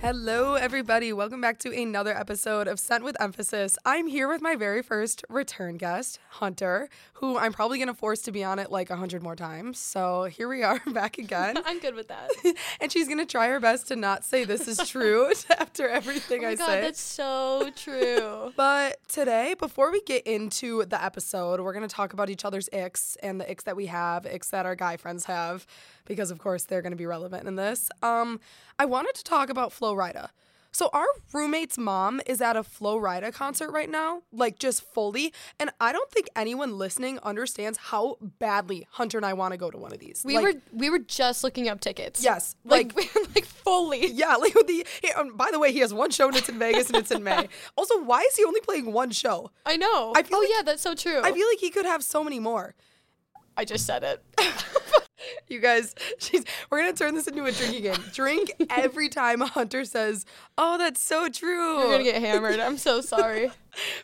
Hello, everybody. Welcome back to another episode of Sent with Emphasis. I'm here with my very first return guest, Hunter, who I'm probably going to force to be on it like 100 more times. So here we are back again. I'm good with that. and she's going to try her best to not say this is true after everything oh my I god, say. that's so true. But today, before we get into the episode, we're going to talk about each other's icks and the icks that we have, icks that our guy friends have, because of course they're going to be relevant in this. Um, I wanted to talk about Flo Rida. So our roommate's mom is at a Flo Rida concert right now, like just fully, and I don't think anyone listening understands how badly Hunter and I want to go to one of these. We Like, were we were just looking up tickets. yes, Like like, like fully. Yeah, like with the. He, um, by the way, he has one show and it's in Vegas and it's in May. Also, why is he only playing one show? I know. I feel oh like- yeah, that's so true. I feel like he could have so many more. I just said it. You guys, she's, we're gonna turn this into a drinking game. Drink every time Hunter says, "Oh, that's so true." We're gonna get hammered. I'm so sorry.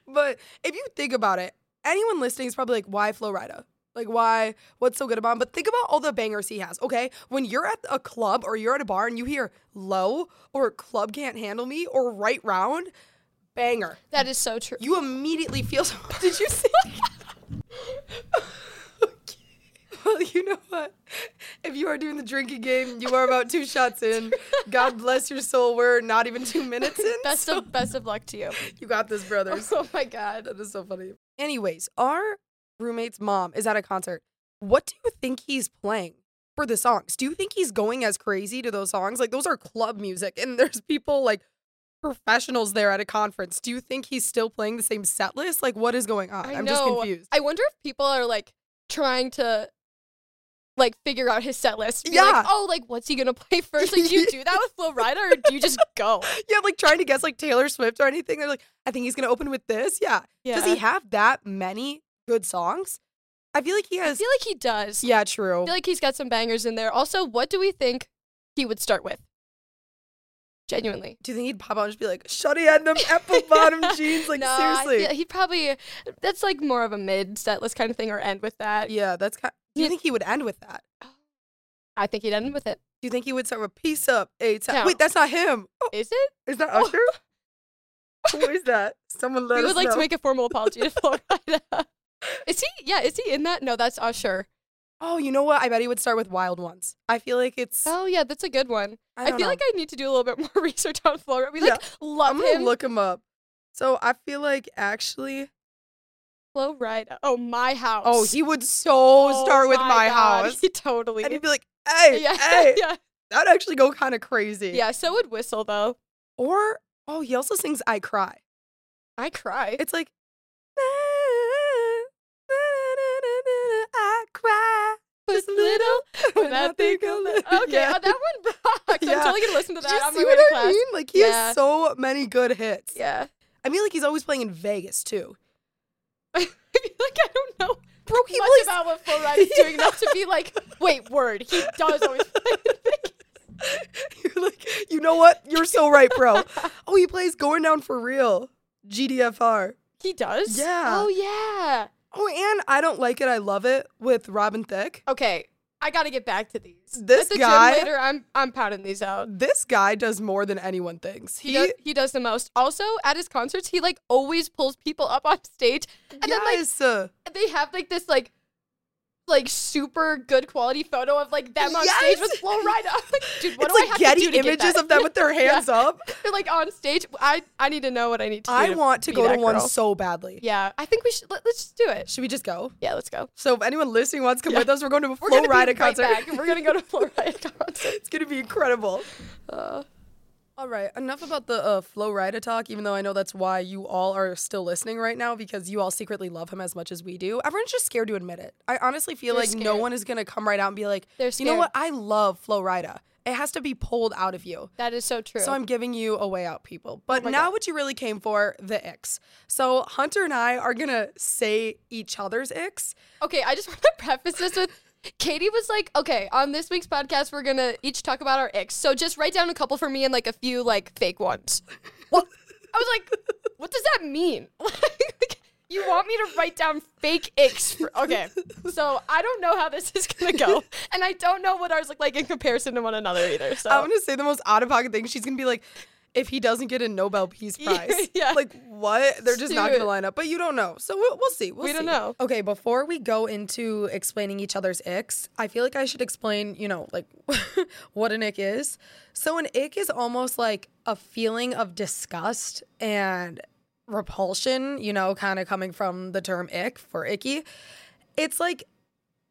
but if you think about it, anyone listening is probably like, "Why Florida? Like, why? What's so good about him?" But think about all the bangers he has. Okay, when you're at a club or you're at a bar and you hear "Low" or "Club Can't Handle Me" or "Right Round," banger. That is so true. you immediately feel so did you see Okay. well you know what if you are doing the drinking game you are about two shots in god bless your soul we're not even two minutes in best so of best of luck to you. you got this brothers Oh my god. that is so funny anyways our roommate's mom is at a concert what do you think he's playing for the songs do you think he's going as crazy to those songs like those are club music and there's people like professionals there at a conference do you think he's still playing the same set list like what is going on I i'm know. just confused I wonder if people are like trying to like figure out his set list. Be Yeah. Like, oh, like what's he gonna play first? Like, do you do that with Flo Rida or do you just go? yeah like trying to guess like taylor swift or anything they're like i think he's gonna open with this yeah, Yeah. does he have that many good songs i feel like he I has feel like he does. yeah true I feel like he's got some bangers in there. Also, what do we think he would start with? Genuinely. do you think he'd pop out and just be like shutty had them apple bottom jeans like No, I seriously feel- he probably that's like more of a mid set list kind of thing or end with that. Yeah, that's kind. Do you Yeah. think he would end with that? I think he'd end with it. Do you think he would start with "Peace up"? A time. No. Wait, that's not him. Oh, Is it? is that Usher? Who is that? Someone let we us would like know. to make a formal apology to Florida. Is he? Yeah, is he in that? No, that's Usher. oh, you know what? I bet he would start with "Wild Ones." I feel like it's. Oh yeah, that's a good one. I, I, don't feel know. like I need to do a little bit more research on Florida. We like love I'm gonna him. look him up. So I feel like actually, Flo Rida. Oh, my house. oh, he would so Oh start with my, God, house, He totally. and he'd be like, "Hey, yeah, hey, yeah, that'd actually go kind of crazy." yeah. So would whistle though. Or oh, he also sings "I Cry." I cry. It's like I cry. was little when I think of li- Okay, Yeah. oh, that one rocks. Yeah. I'm totally gonna listen to Did you that on my see way to what I class. mean? Like he Yeah. has so many good hits. Yeah. I mean, like he's always playing in Vegas too. I feel like I don't know Bro, he much plays. about what Full Ride is doing enough to be like, wait, word. He does always play the thing. You're like, you know what? You're so right, bro. oh, he plays going down for real. GDFR. He does? Yeah. Oh yeah. Oh, and I don't like it. I love it with Robin Thicke. Okay. I gotta get back to these. This At the guy- gym later, I'm I'm pounding these out. This guy does more than anyone thinks. He, does, he does the most. Also, at his concerts, he like always pulls people up on stage, and then like yes. uh, they have like this like like super good quality photo of like them on stage with Yes! Flo Rida. I'm like, dude, what it's do like I have Getty to do to images get that? of them with their hands up. They're like on stage. I I need to know what I need to do. I want to be go to that one girl. so badly. Yeah, I think we should. Let, let's just do it. Should we just go? Yeah, let's go. So if anyone listening wants to come Yeah. with us, we're going to a We're Flo gonna Rida be concert. Right back. We're gonna go to Flo Rida concert. it's gonna be incredible. Uh, All right, enough about the uh, Flo Rida talk. Even though I know that's why you all are still listening right now because you all secretly love him as much as we do. Everyone's just scared to admit it. I honestly feel They're like no scared. one is gonna come right out and be like, They're you know what? I love Flo Rida. It has to be pulled out of you. that is so true. So I'm giving you a way out, people. But Oh my now, God. what you really came for, the icks. So Hunter and I are gonna say each other's icks. okay, I just want to preface this with. Katie was like, okay, on this week's podcast, we're gonna each talk about our icks. So just write down a couple for me and like a few like fake ones. What? I was like, what does that mean? Like, You want me to write down fake icks? For, okay, so I don't know how this is gonna go, and I don't know what ours look like in comparison to one another either. So I'm gonna say the most out of pocket thing. She's gonna be like, if he doesn't get a Nobel Peace Yeah, Prize, yeah. like what? They're just not gonna Dude. line up. But you don't know, so we'll, we'll see. We'll We don't see. know. Okay, before we go into explaining each other's icks, I feel like I should explain. You know, like what an ick is. So an ick is almost like a feeling of disgust and repulsion. You know, kind of coming from the term ick for icky. It's like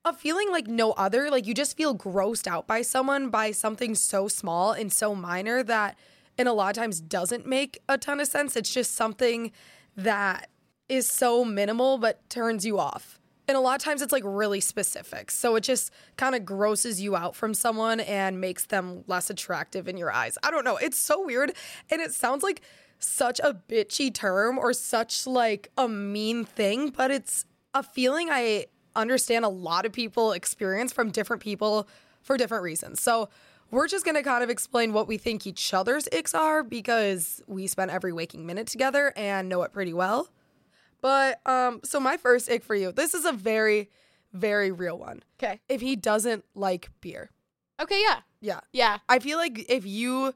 a feeling like no other. Like you just feel grossed out by someone by something so small and so minor that, and a lot of times doesn't make a ton of sense. It's just something that is so minimal but turns you off. And a lot of times it's like really specific. So it just kind of grosses you out from someone and makes them less attractive in your eyes. I don't know. It's so weird. And it sounds like such a bitchy term or such like a mean thing, but it's a feeling I understand a lot of people experience from different people for different reasons. So we're just gonna kind of explain what we think each other's icks are because we spend every waking minute together and know it pretty well. But um, so my first ick for you, this is a very, very real one. okay, If he doesn't like beer, okay, yeah, yeah, yeah. I feel like if you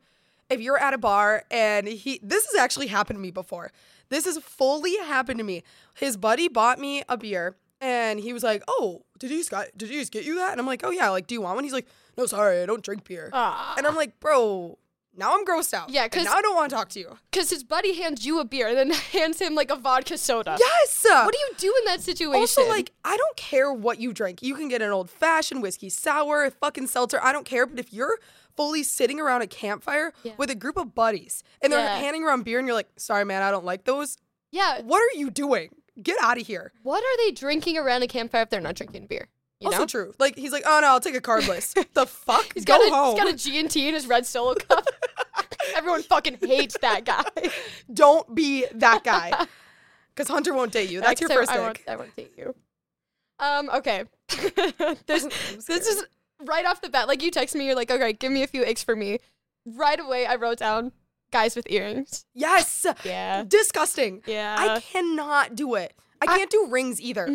if you're at a bar and he this has actually happened to me before. This has fully happened to me. His buddy bought me a beer and he was like, "Oh, did you got did you just get you that?" And I'm like, "Oh yeah, like do you want one?" He's like, "No, sorry, I don't drink beer." Ah. and I'm like, "Bro, now I'm grossed out. Yeah, And 'cause- now I don't want to talk to you." Because his buddy hands you a beer and then hands him like a vodka soda. Yes. What do you do in that situation? Also, like, I don't care what you drink. You can get an old fashioned whiskey sour, a fucking seltzer. I don't care. But if you're fully sitting around a campfire Yeah. with a group of buddies and they're Yeah. handing around beer and you're like, sorry, man, I don't like those, yeah. what are you doing? Get out of here. What are they drinking around a campfire if they're not drinking beer? You also know? true. Like, he's like, oh no, I'll take a cardless. the fuck? He's Go got, a, home. he's got a G&T in his red solo cup. Everyone fucking hates that guy. Don't be that guy. Because Hunter won't date you. That's your Except first I won't, ick. I won't date you. Um, okay. this, scared. this is right off the bat. Like, you text me, you're like, okay, give me a few icks for me. Right away, I wrote down guys with earrings. Yes. Yeah. Disgusting. Yeah. I cannot do it. I I- Mm-hmm. can't do rings either.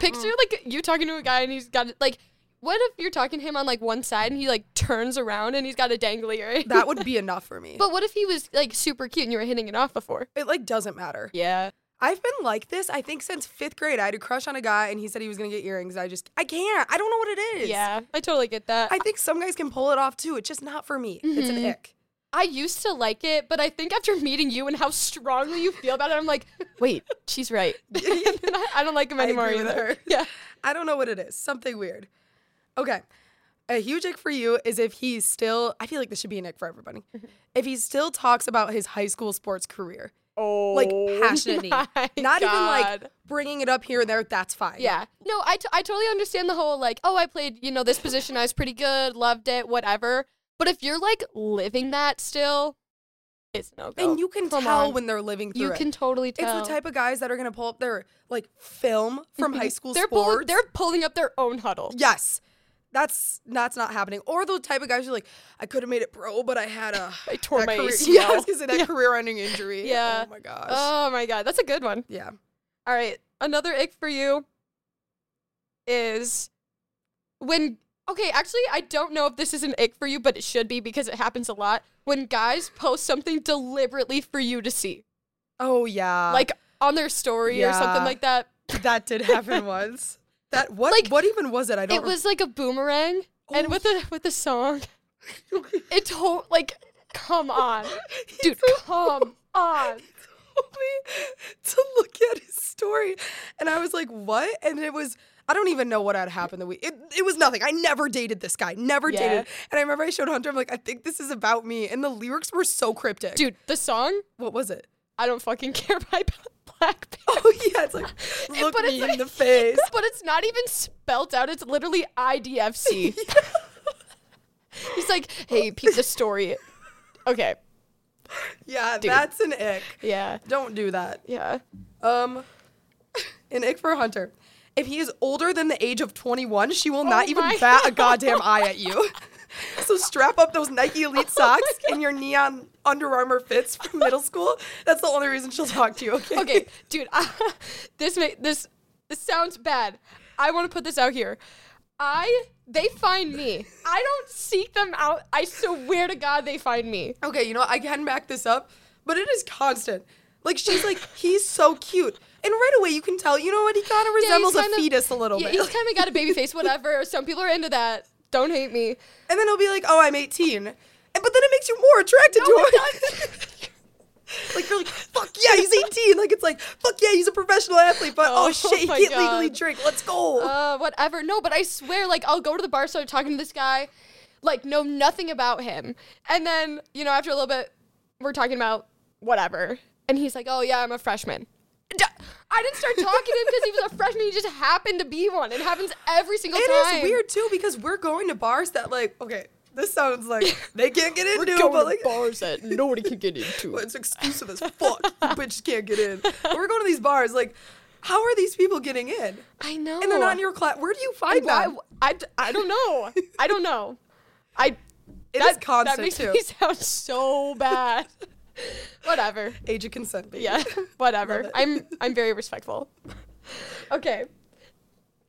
Picture like you talking to a guy and he's got like, what if you're talking to him on like one side and he like turns around and he's got a dangly earring? That would be enough for me. but what if he was like super cute and you were hitting it off before? it like doesn't matter. Yeah. I've been like this, I think, since fifth grade. I had a crush on a guy and he said he was gonna get earrings. I just, I can't. I don't know what it is. Yeah. I totally get that. I think some guys can pull it off too. It's just not for me. It's Mm-hmm. an ick. I used to like it, but I think after meeting you and how strongly you feel about it, I'm like, wait, she's right. And I, I don't like him I anymore agree with either. her. Yeah. I don't know what it is. Something weird. Okay. A huge ick for you is if he still, I feel like this should be an ick for everybody. Mm-hmm. If he still talks about his high school sports career, Oh. like passionately, not even like bringing it up here and there, that's fine. Yeah. No, I, t- I totally understand the whole like, oh, I played, you know, this position. I was pretty good, loved it, whatever. But if you're like living that still, it's no go. And you can Come tell on. when they're living through You it. can totally tell. It's the type of guys that are gonna pull up their like film from high school Mm-hmm. they're, sports. pulling, they're pulling up their own huddle. yes, that's that's not happening. Or the type of guys who are like, I could have made it pro, but I had a I tore that my career, ACL. yeah, I was gonna say that career-ending injury. Yeah. Oh my gosh. Oh my God. That's a good one. yeah. All right, another ick for you is when okay, actually I don't know if this is an ick for you, but it should be because it happens a lot when guys post something deliberately for you to see. Oh yeah. Like on their story or something yeah. like that. that did happen once. That what? Like, what even was it? I don't. It was like a boomerang Oh, and with a with a song. It told like come on. Dude, come on. told me to look at his story, and I was like, "What?" And it was I don't even know what had happened the week. It, it was nothing. I never dated this guy. Never Yeah. dated. And I remember I showed Hunter. I'm like, "I think this is about me," and the lyrics were so cryptic. Dude, the song what was it? I don't fucking care by Blackpink. Oh yeah, it's like look But me it's- in the face. But it's not even spelt out. It's literally IDFC. He's like, hey, peep the story. Okay. Yeah, that's an ick. Yeah. Don't do that. Yeah. Um, an ick for Hunter. If he is older than the age of 21, she will not even my bat a goddamn eye at you. So strap up those Nike Elite socks and your neon Under Armour fits from middle school. That's the only reason she'll talk to you. Okay. Okay, dude, this ma- this this sounds bad. I want to put this out here. I they find me. I don't seek them out. I swear to God, they find me. Okay, you know what? I can back this up, but it is constant. Like she's like, he's so cute, and right away you can tell. You know what? He kind of Yeah, he's resembles a kinda- fetus a little yeah, bit. He's kind of got a baby face, whatever. Some people are into that. Don't hate me. and then he'll be like, "Oh, I'm 18," and, but then it makes you more attracted No, to him. like you're like, "Fuck yeah, he's 18." Like it's like, "Fuck yeah, he's a professional athlete," but oh, Oh shit, he my can't legally God. drink. Let's go. Uh, whatever. No, but I swear, like, I'll go to the bar, start talking to this guy, like, know nothing about him. And then, you know, after a little bit, we're talking about whatever. And he's like, oh, yeah, I'm a freshman. D- I didn't start talking to him because he was a freshman. He just happened to be one. It happens every single It is time. weird too because we're going to bars that like, okay, this sounds like they can't get We're into, going but to like bars that nobody can get into. Well, it's exclusive as fuck. You bitches can't get in. But we're going to these bars. Like, how are these people getting in? I know. And they're not in your class. Where do you find Why- them? I, d- I don't know. I don't know. I. It is that, constant That makes too. me sound so bad. whatever. Age of consent, baby. Yeah, Love whatever. it. I'm I'm very respectful. Okay.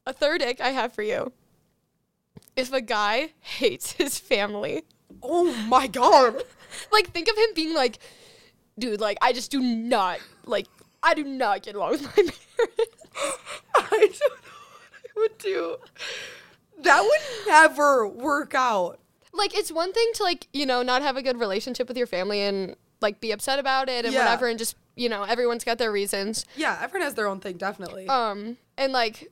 A third ick I have for you. If a guy hates his family. Oh my god. Like think of him being like, dude, like I just do not like I do not get along with my parents. I don't know what I would do. That would never work out. like it's one thing to like you know not have a good relationship with your family and like be upset about it and Yeah. whatever and just you know everyone's got their reasons Yeah, everyone has their own thing, definitely. um and like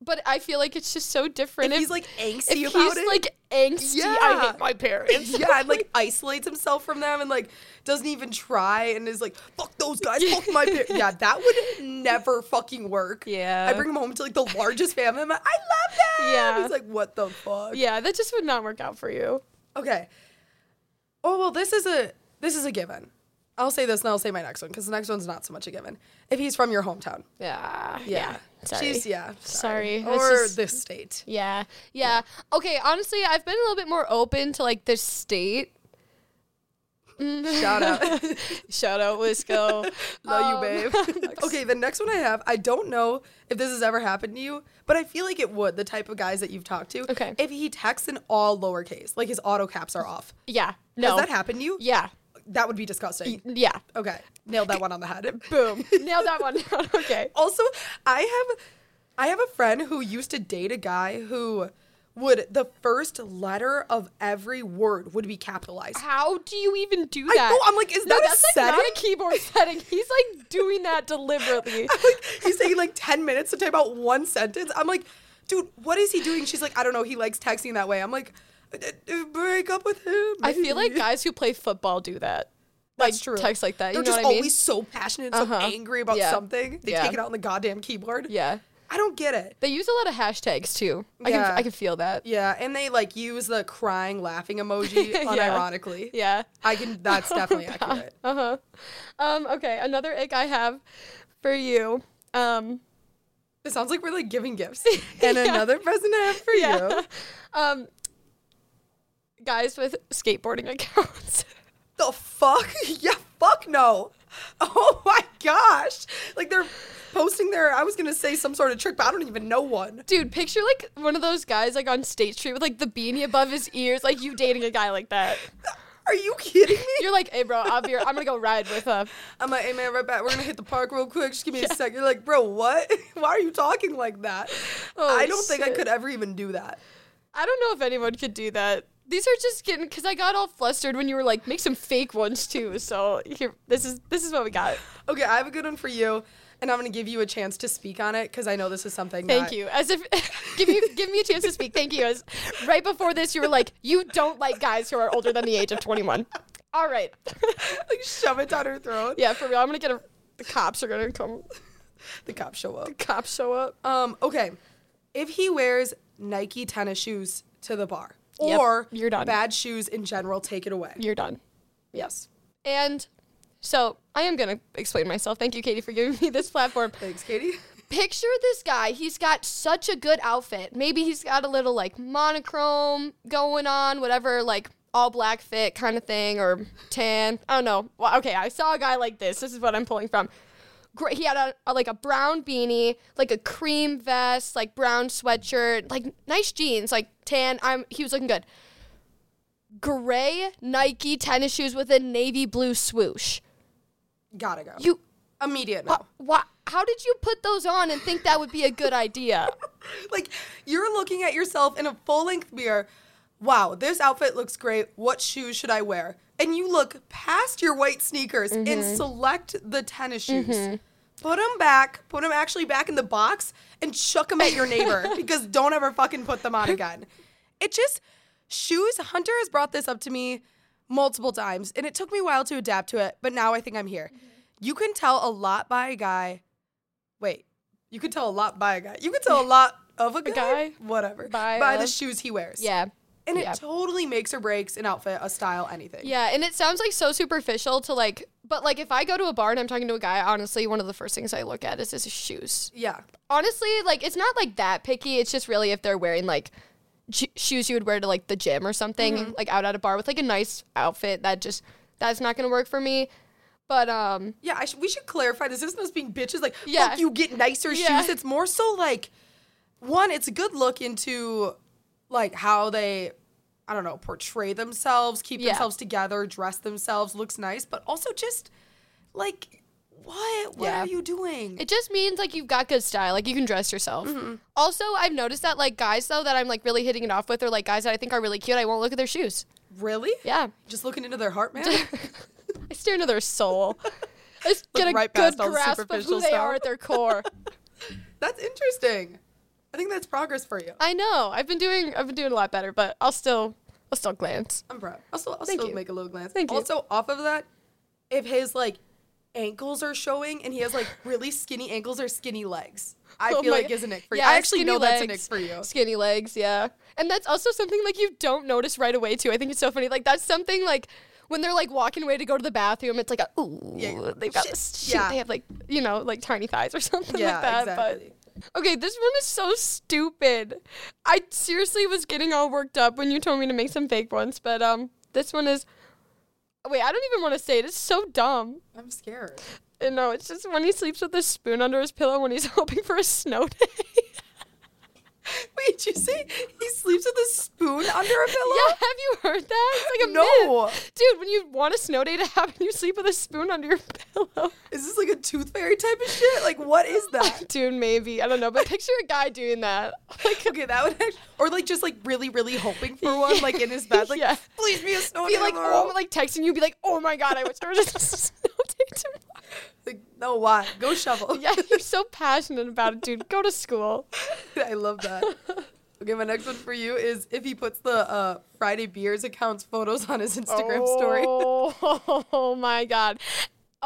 but i feel like it's just so different and he's like if angsty he's about it. like angsty i Yeah. hate my parents yeah, and like isolates himself from them and like doesn't even try and is like, fuck those guys, fuck my parents. Yeah, that would never fucking work. Yeah. I bring him home to like the largest family. I'm like, I love them. Yeah. He's like, what the fuck? yeah that just would not work out for you Okay. Oh well, this is a this is a given. I'll say this and I'll say my next one because the next one's not so much a given. If he's from your hometown. yeah Yeah. yeah, sorry She's yeah. Sorry. Sorry, that's Or just- this state. yeah yeah okay honestly i've been a little bit more open to like the state Shout out. shout out wisco Love Um, you, babe. okay, the next one I have, I don't know if this has ever happened to you, but I feel like it would, the type of guys that you've talked to. Okay. If he texts in all lowercase, like his auto caps are off. yeah no Has that happened to you? yeah That would be disgusting. yeah Okay, nailed that one on the head. Boom. Nailed that one down. Okay. also i have i have a friend who used to date a guy who would the first letter of every word would be capitalized How do you even do I that? know, I'm like, is no, that a that's like not a setting? keyboard setting. He's like doing that deliberately. like he's taking like 10 minutes to type out one sentence i'm like dude what is he doing she's like i don't know he likes texting that way i'm like "Uh, uh, break up with him I feel like maybe." guys who play football do that. That's like true. text like that. they're You know just what I mean? always so passionate and so Uh-huh. angry about Yeah. something they Yeah. take it out on the goddamn keyboard yeah. i don't get it They use a lot of hashtags too. I can Yeah. I can feel that. yeah and they like use the crying laughing emoji Yeah. unironically Yeah. Oh I can. That's definitely accurate. Uh huh. Um, okay, another ick I have for you. Um, It sounds like we're like giving gifts. And another present I have for you. um, guys with skateboarding accounts. The fuck? Yeah, fuck no. Oh my gosh! Like they're posting their. I was gonna say some sort of trick, but I don't even know one. Dude, picture like one of those guys like on State Street with like the beanie above his ears, like you dating a guy like that. Are you kidding me? You're like, hey bro, I'll be your, I'm gonna go ride with uh I'm like, hey man, right back. We're gonna hit the park real quick. Just give me a sec. You're like, bro, what? Why are you talking like that? Oh, I don't think I shit. could ever even do that. I don't know if anyone could do that. These are just getting cause I got all flustered when you were like, make some fake ones too. So here this is this is what we got. Okay, I have a good one for you, and I'm gonna give you a chance to speak on it because I know this is something. Thank that- you. As if give me give me a chance to speak. Thank you. As right before this you were like, you don't like guys who are older than the age of twenty one. All right. Like shove it down her throat. yeah, for real. I'm gonna get a the cops are gonna come The cops show up. cops show up. Um, okay. If he wears Nike tennis shoes to the bar Yep, or you're done. bad shoes in general, take it away. You're done. Yes. And so I am going to explain myself. Thank you, Katie, for giving me this platform. Thanks, Katie. picture this guy. He's got such a good outfit. Maybe he's got a little like monochrome going on, whatever, like all black fit kind of thing or tan. I don't know. Well, okay, I saw a guy like this. This is what I'm pulling from. Gr- He had a, a- like a brown beanie, like a cream vest, like brown sweatshirt, like nice jeans, like tan. I'm he was looking good. Gray Nike tennis shoes with a navy blue swoosh. Gotta go. You Uh, Immediate. wha- no. wha- how did you put those on and think that would be a good idea? Like you're looking at yourself in a full length mirror. Wow, this outfit looks great. What shoes should I wear? And you look past your white sneakers and select the tennis shoes. Put them back, put them actually back in the box and chuck them at your neighbor because don't ever fucking put them on again. It just, shoes, Hunter has brought this up to me multiple times and it took me a while to adapt to it, but now I think I'm here. You can tell a lot by a guy Wait, you could tell a lot by a guy. You could tell a lot of a guy, guy? whatever, by, By the of- shoes he wears. yeah. and it yeah. totally makes or breaks an outfit, a style, anything. Yeah, and it sounds like so superficial to like, but like if I go to a bar and I'm talking to a guy, honestly, one of the first things I look at is his shoes. yeah, Honestly, like it's not like that picky. It's just really if they're wearing like j- shoes you would wear to like the gym or something, Mm-hmm. like out at a bar with like a nice outfit that just that's not gonna work for me. But um, yeah. I sh- we should clarify this isn't us being bitches. Like, Yeah. fuck, you get nicer Yeah. shoes. It's more so like, one, it's a good look into, like how they, I don't know, portray themselves, keep Yeah. themselves together, dress themselves, looks nice, but also just, like, what? What Yeah. are you doing? It just means like you've got good style. Like you can dress yourself. Mm-hmm. Also, I've noticed that like guys though that I'm like really hitting it off with are like guys that I think are really cute. I won't look at their shoes. really? Yeah. Just looking into their heart, man. I stare into their soul. I just get a right good past all the grasp of superficial who they stuff. are at their core. That's interesting. I think that's progress for you. I know. I've been doing. I've been doing a lot better, but I'll still. I'll still glance. I'm proud. I'll still, I'll Thank still you. make a little glance. Thank you. Also, off of that, if his like ankles are showing and he has like really skinny ankles or skinny legs, I Oh feel my- like is an ick for you. Yeah, I actually skinny know that's an ick legs. for you. Skinny legs, yeah. And that's also something like you don't notice right away too. I think it's so funny. Like that's something like when they're like walking away to go to the bathroom, it's like a ooh, Yeah, you're like, they've got "Shit." this shit. Yeah. They have like you know like tiny thighs or something Yeah, like that. exactly. But okay, this one is so stupid. I seriously was getting all worked up when you told me to make some fake ones, but um, this one is. Wait, I don't even want to say it. It's so dumb. I'm scared. And no, it's just when he sleeps with a spoon under his pillow when he's hoping for a snow day. Wait, did you say he sleeps with a spoon under a pillow? Yeah, have you heard that? It's like a No. myth. Dude, when you want a snow day to happen, you sleep with a spoon under your pillow. Is this like a tooth fairy type of shit? Like, what is that? Dude, maybe. I don't know, but picture a guy doing that. Like, Okay, that would actually, or like just like really, really hoping for one, like in his bed, like Yeah. please be a snow be day like, tomorrow." oh, like texting you, be like, oh my god, I wish there was a snow day tomorrow. Like, no, why? Go shovel. Yeah, you're so passionate about it, dude. Go to school. I love that. Okay, my next one for you is if he puts the uh, Friday Beers accounts photos on his Instagram story. Oh, oh my god.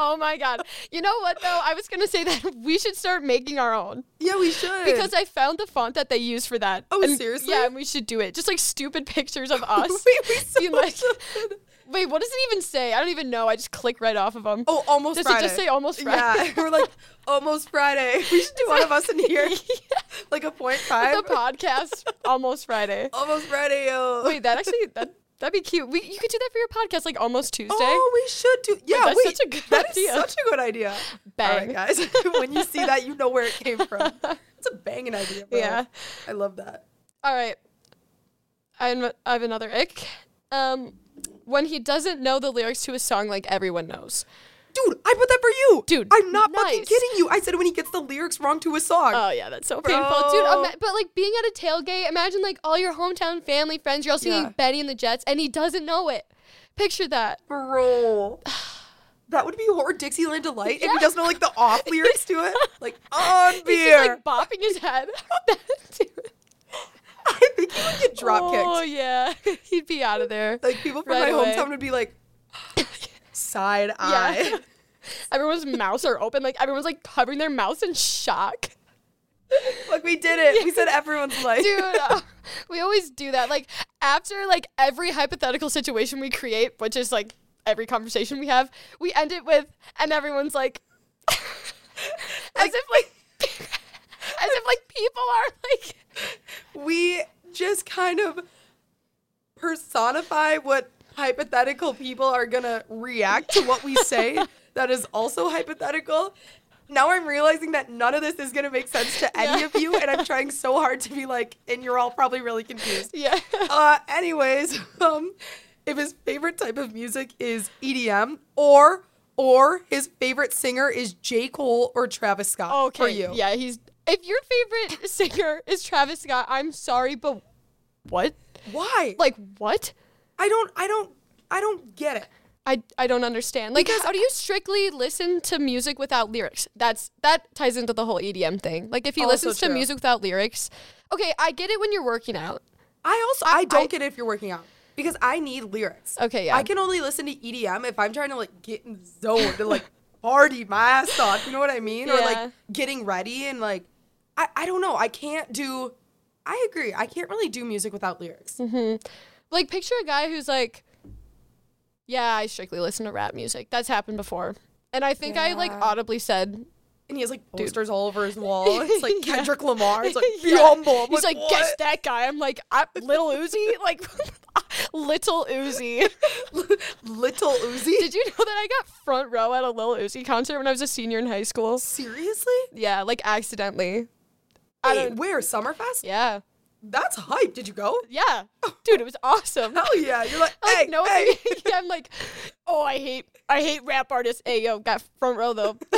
Oh my god. You know what though? I was gonna say that we should start making our own. Yeah, we should. Because I found the font that they use for that. Oh, And- seriously? Yeah, and we should do it. Just like stupid pictures of us. Wait, we saw being like, wait, what does it even say? I don't even know. I just click right off of them. oh, almost Does Friday. it just say almost Friday? Yeah, we're like almost Friday. We should do one of us in here, like a point The five. podcast almost Friday. almost Friday, yo. Wait, that actually that that'd be cute. We, you could do that for your podcast, like almost Tuesday. Oh, we should do. Yeah, that's wait, such a good that is idea. such a good idea. All right, Bang. guys. when you see that, you know where it came from. It's a banging idea, bro. Yeah. I love that. All right. I have, I have another ick. Um, when he doesn't know the lyrics to a song like everyone knows. Dude, I put that for you. Dude, I'm not fucking nice. kidding you. I said when he gets the lyrics wrong to a song. Oh yeah, that's so painful, dude. Bro. ima- but like being at a tailgate, imagine like all your hometown family friends. You're all singing Yeah. Benny and the Jets, and he doesn't know it. Picture that. Bro. That would be horror Dixieland Delight if he Yeah. doesn't know like the off lyrics to it. Like on He's beer. just like bopping his head. Dude. I think he would get drop Oh kicked. yeah, he'd be out of there. Like people from Right my away. hometown would be like side eye. everyone's mouths are open. Like everyone's like covering their mouths in shock. Like we did it. We said everyone's life. Dude, uh, we always do that. Like after like every hypothetical situation we create, which is like every conversation we have, we end it with, and everyone's like, as if like. people are like we just kind of personify what hypothetical people are gonna react to what we say that is also hypothetical. Now I'm realizing that none of this is gonna make sense to any Yeah. of you, and I'm trying so hard to be like, and you're all probably really confused. yeah. Uh, anyways, um, if his favorite type of music is EDM, or or his favorite singer is J. Cole or Travis Scott. Okay. for you. Yeah, he's if your favorite singer is Travis Scott, I'm sorry, but what? Why? Like what? I don't, I don't, I don't get it. I, I don't understand. Like how do you strictly listen to music without lyrics? That's that ties into the whole EDM thing. Like if he Also listens to true. music without lyrics. Okay, I get it when you're working out. I also I, don't I- get it if you're working out because I need lyrics. Okay, yeah. I can only listen to EDM if I'm trying to like get in the zone to like party my ass off. You know what I mean? Or Yeah. like getting ready and like I I don't know. I can't do. I agree. I can't really do music without lyrics. Mm-hmm. Like picture a guy who's like Yeah, I strictly listen to rap music. That's happened before. And I think I like Yeah. audibly said And he has like posters all over his wall. It's like Yeah. Kendrick Lamar. It's like be Yeah. humble. I'm He's like, "What?" guess that guy. I'm like, I'm little Uzi, like little Uzi. little Uzi. Did you know that I got front row at a Lil Uzi concert when I was a senior in high school? seriously? Yeah, like accidentally. I Wait, don't- where Summerfest? Yeah, That's hype. Did you go? yeah, dude, it was awesome. Hell yeah! You're like, Like, hey, no, hey. yeah, I'm like, oh, I hate, I hate rap artists. Hey, yo, got front row though.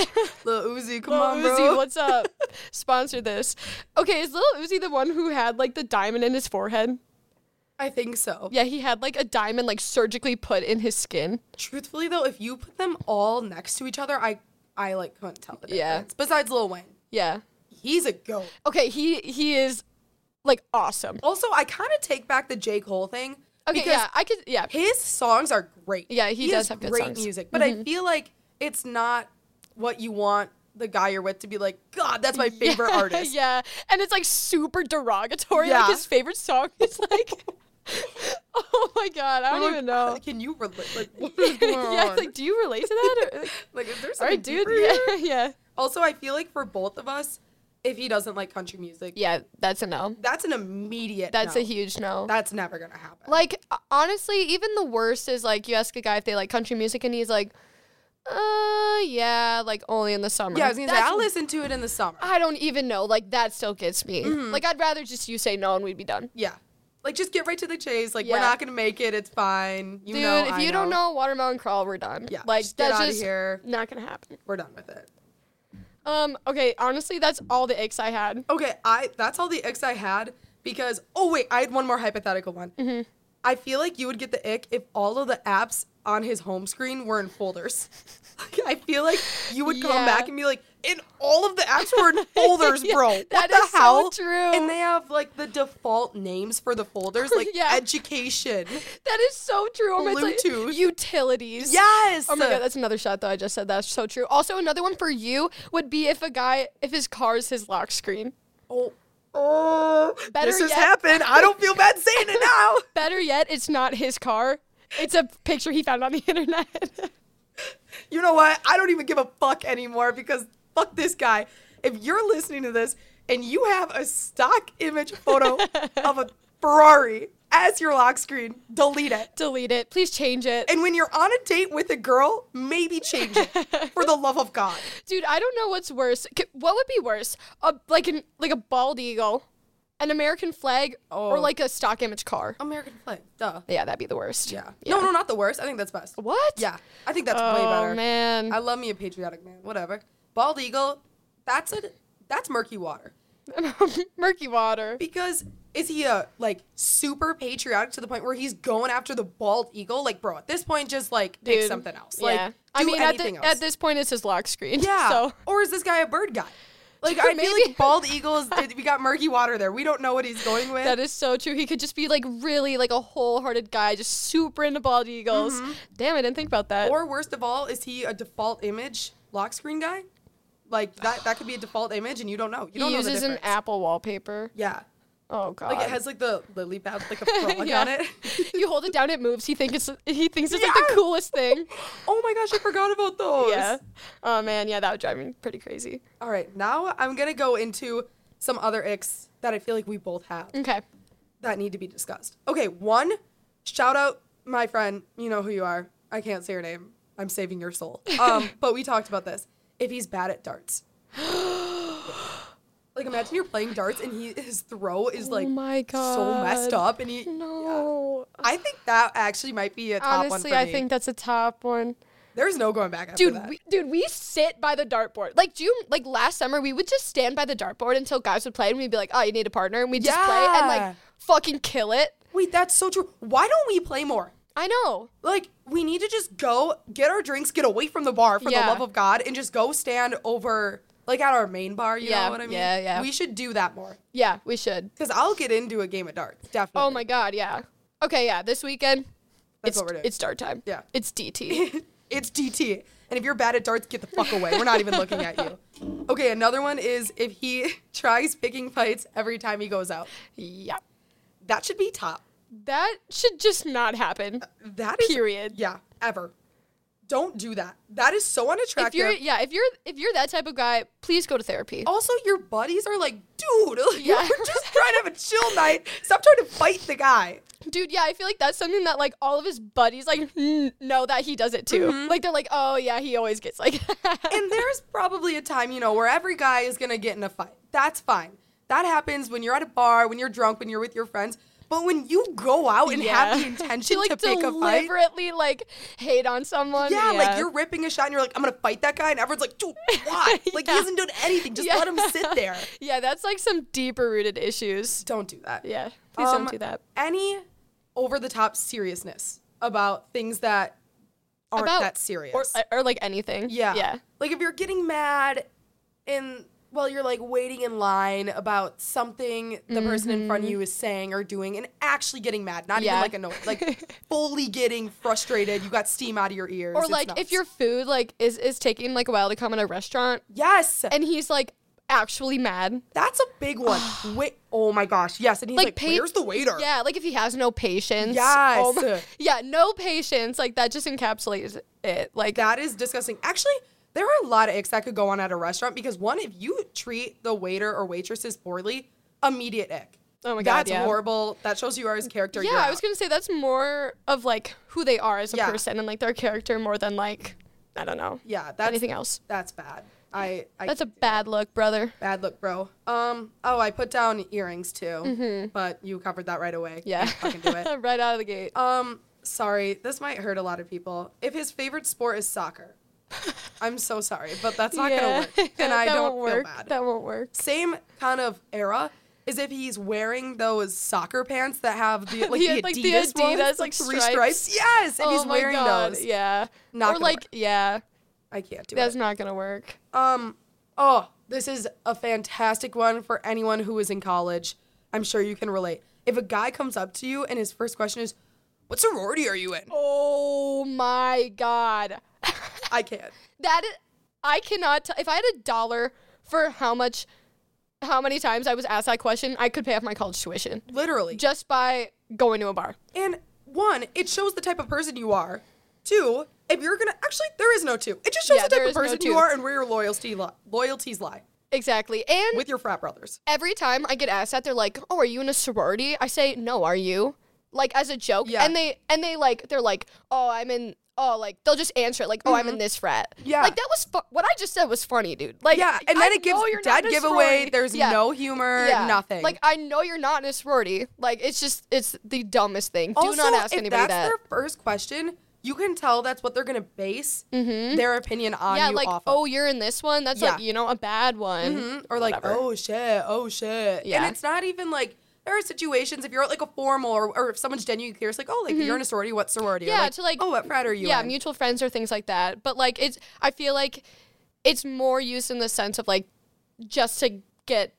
Little Uzi, come Lil on, Uzi, bro. what's up? Sponsor this. Okay, is Lil Uzi the one who had like the diamond in his forehead? I think so. Yeah, he had like a diamond like surgically put in his skin. Truthfully though, if you put them all next to each other, I I like couldn't tell the Yeah. difference. Besides Lil Wayne, Yeah. he's a goat. Okay, he he is like awesome. Also, I kind of take back the J Cole thing. Okay, because yeah, I could yeah. his songs are great. Yeah, he has does have good great songs. Mm-hmm. music, but I feel like it's not what you want the guy you're with to be like. God, that's my favorite yeah, artist. Yeah. And it's like super derogatory. Yeah. Like his favorite song is like Oh my god, I I'm don't like, even know. Can you relate? Like, what is going on? yeah, it's like do you relate to that? Or, like, Like, is there all something right, dude. deeper here? Yeah, yeah. Also, I feel like for both of us, if he doesn't like country music, Yeah, that's a no. that's an immediate. That's no. a huge no. That's never gonna happen. like uh, honestly, even the worst is like you ask a guy if they like country music and he's like, uh yeah, like only in the summer. Yeah, I was gonna That's say I listen to it in the summer. I don't even know. Like that still gets me. Like I'd rather just you say no and we'd be done. yeah, like just get right to the chase. Like we're Yeah. not gonna make it. It's fine. You Dude, know, if I you don't know watermelon crawl, we're done. yeah, like just get that's out of just here. not gonna happen. We're done with it. Um, okay, honestly, that's all the aches I had. Okay, I that's all the icks I had because oh wait, I had one more hypothetical one. Mm-hmm. I feel like you would get the ick if all of the apps on his home screen were in folders. Like, I feel like you would come Yeah. back and be like, and all of the apps were in folders, Yeah, bro. what that the is so hell? true. And they have like the default names for the folders, like Yeah. education. That is so true. Oh my- it's like Bluetooth. utilities. Yes. Oh my god, that's another shot though. I just said that's so true. Also, another one for you would be if a guy if his car is his lock screen. Oh, oh Better this has yet- happened. I don't feel bad saying it now. Better yet, it's not his car. It's a picture he found on the internet. You know what? I don't even give a fuck anymore because fuck this guy. If you're listening to this and you have a stock image photo of a Ferrari as your lock screen, delete it. Delete it. Please change it. And when you're on a date with a girl, maybe change it for the love of God. Dude, I don't know what's worse. C- What would be worse? A like an like a bald eagle, an American flag, or Oh. like a stock image car? American flag, duh. Yeah, that'd be the worst. Yeah. No, no, not the worst. I think that's best. What? Yeah, I think that's way Oh better. man. I love me a patriotic man. Whatever. Bald eagle, that's a that's murky water. Murky water. Because is he a like super patriotic to the point where he's going after the bald eagle? Like, bro, at this point, just like pick Dude, something else. Yeah. Like, I do mean, at, anything the, else. at this point, it's his lock screen. yeah. So Or is this guy a bird guy? Like, I feel Maybe. like bald eagles. it- we got murky water there. We don't know what he's going with. that is so true. He could just be like really like a wholehearted guy, just super into bald eagles. Damn, I didn't think about that. Mm-hmm. or worst of all, is he a default image lock screen guy? Like that. That could be a default image, and you don't know. You he don't know uses the an difference. Apple wallpaper. Yeah. Oh god. Like it has like the lily pad, like a frog Yeah. on it. you hold it down, it moves. He thinks it's he thinks it's like the Yeah. coolest thing. oh my gosh, I forgot about those. Yeah. Oh man, yeah, that would drive me pretty crazy. All right, now I'm gonna go into some other icks that I feel like we both have Okay. that need to be discussed. Okay, one, shout out my friend. You know who you are. I can't say your name. I'm saving your soul. Um, but we talked about this. If he's bad at darts. like imagine you're playing darts and he his throw is like Oh my so messed God. up and he No. I think that actually might be a top one Honestly, for I me. think that's a top one. there's no going back after Dude, that. we, dude, we sit by the dartboard. Like, do you like last summer? We would just stand by the dartboard until guys would play, and we'd be like, "Oh, you need a partner," and we'd just play and Yeah. like fucking kill it. Wait, that's so true. Why don't we play more? I know. Like, we need to just go get our drinks, get away from the bar for the Yeah. love of God, and just go stand over, like, at our main bar. You Yeah, know what I mean? yeah, yeah. We should do that more. Yeah, we should. Because I'll get into a game of darts, definitely. Oh my god, yeah. Okay, yeah. This weekend, That's it's what we're doing. it's dart time. Yeah. it's DT. It's DT. And if you're bad at darts, get the fuck away. We're not even looking at you. Okay, another one is if he tries picking fights every time he goes out. yeah, That should be top. that should just not happen. That is. Period. Yeah, ever. Don't do that. That is so unattractive. If you're yeah, if you're if you're that type of guy, please go to therapy. also your buddies are like, dude, like, Yeah. we're just trying to have a chill night. Stop trying to fight the guy. Dude, yeah, I feel like that's something that like all of his buddies like n- know that he does it too. Like they're like, "Oh yeah, he always gets like Mm-hmm. And there's probably a time, you know, where every guy is gonna get in a fight. That's fine. That happens when you're at a bar, when you're drunk, when you're with your friends. But when you go out and have the intention to like to pick a fight, deliberately like hate on someone. yeah, like you're ripping a shot and you're like, I'm gonna fight that guy, and everyone's like, dude, why? Like he Yeah. hasn't done anything. Just Yeah. let him sit there. Yeah, that's like some deeper rooted issues. Don't do that. Yeah, please Um, don't do that. Any over the top seriousness about things that aren't About- that serious. Or, or like anything. Yeah. Yeah. Like if you're getting mad and well, you're like waiting in line about something the person in front of you is saying or doing and actually getting mad, not even Mm-hmm. Yeah. like annoyed, like fully getting frustrated. You got steam out of your ears. Or It's like nuts. if your food like is is taking like a while to come in a restaurant Yes. and he's like actually mad. that's a big one. Wait oh my gosh. Yes. And he's like, Like, pay- where's the waiter? Yeah, like if he has no patience. Yes. yeah, no patience. Like that just encapsulates it. Like That is disgusting. Actually, there are a lot of icks that could go on at a restaurant because one, if you treat the waiter or waitresses poorly, immediate ick. Oh my God, That's yeah. horrible. That shows you are his character. Yeah, You're I out. was gonna say that's more of like who they are as a Yeah. person and like their character more than like I don't know. Yeah, that's anything else. That's bad. I, I That's a bad look, brother. bad look, bro. Um. Oh, I put down earrings too, but you covered that right away. Mm-hmm. Yeah. Can't fucking do it. right out of the gate. Um. Sorry, this might hurt a lot of people. If his favorite sport is soccer, I'm so sorry, but that's not gonna work, and I That don't won't feel work. bad. That won't work. Same kind of era is if he's wearing those soccer pants that have the like, Yeah, the, like the Adidas ones, Adidas, like like, three stripes. stripes. Yes, if oh he's my wearing God. those, Yeah. Not or gonna like work. yeah, I can't do that's it. not gonna work. Um, oh, this is a fantastic one for anyone who is in college. I'm sure you can relate. If a guy comes up to you and his first question is, "What sorority are you in?" Oh my god. I can't. that is, I cannot t- if I had a dollar for how much how many times I was asked that question, I could pay off my college tuition Literally. just by going to a bar. And one, it shows the type of person you are. Two, if you're gonna actually, there is no two. It just shows Yeah, the there type of is no person you two. are and where your loyalty li- loyalties lie Exactly. And with your frat brothers. every time I get asked that, they're like, "Oh, are you in a sorority?" I say, "No, are you?" Like as a joke. Yeah. And they and they like they're like, "Oh, I'm in." Oh, like they'll just answer it like, "Oh, I'm in this frat." Mm-hmm. Yeah. Like that was fu- what I just said was funny, dude. Like Yeah, and I then it gives know you're not dead in a giveaway. sorority. There's Yeah. no humor, Yeah. nothing. Like I know you're not in a sorority. Like it's just it's the dumbest thing. Do also, not ask if anybody that's that. their first question, you can tell that's what they're gonna base their opinion on Mm-hmm. yeah, you like off of. oh, you're in this one. That's like Yeah. you know a bad one. Mhm. or like whatever. oh shit, oh shit. Yeah. And it's not even like there are situations if you're at like a formal or, or if someone's genuinely curious, like oh like you're in a sorority, what sorority? Or, Mm-hmm. Yeah, to, like- oh what frat are you? yeah, in? mutual friends or things like that. But like it's I feel like it's more used in the sense of like just to get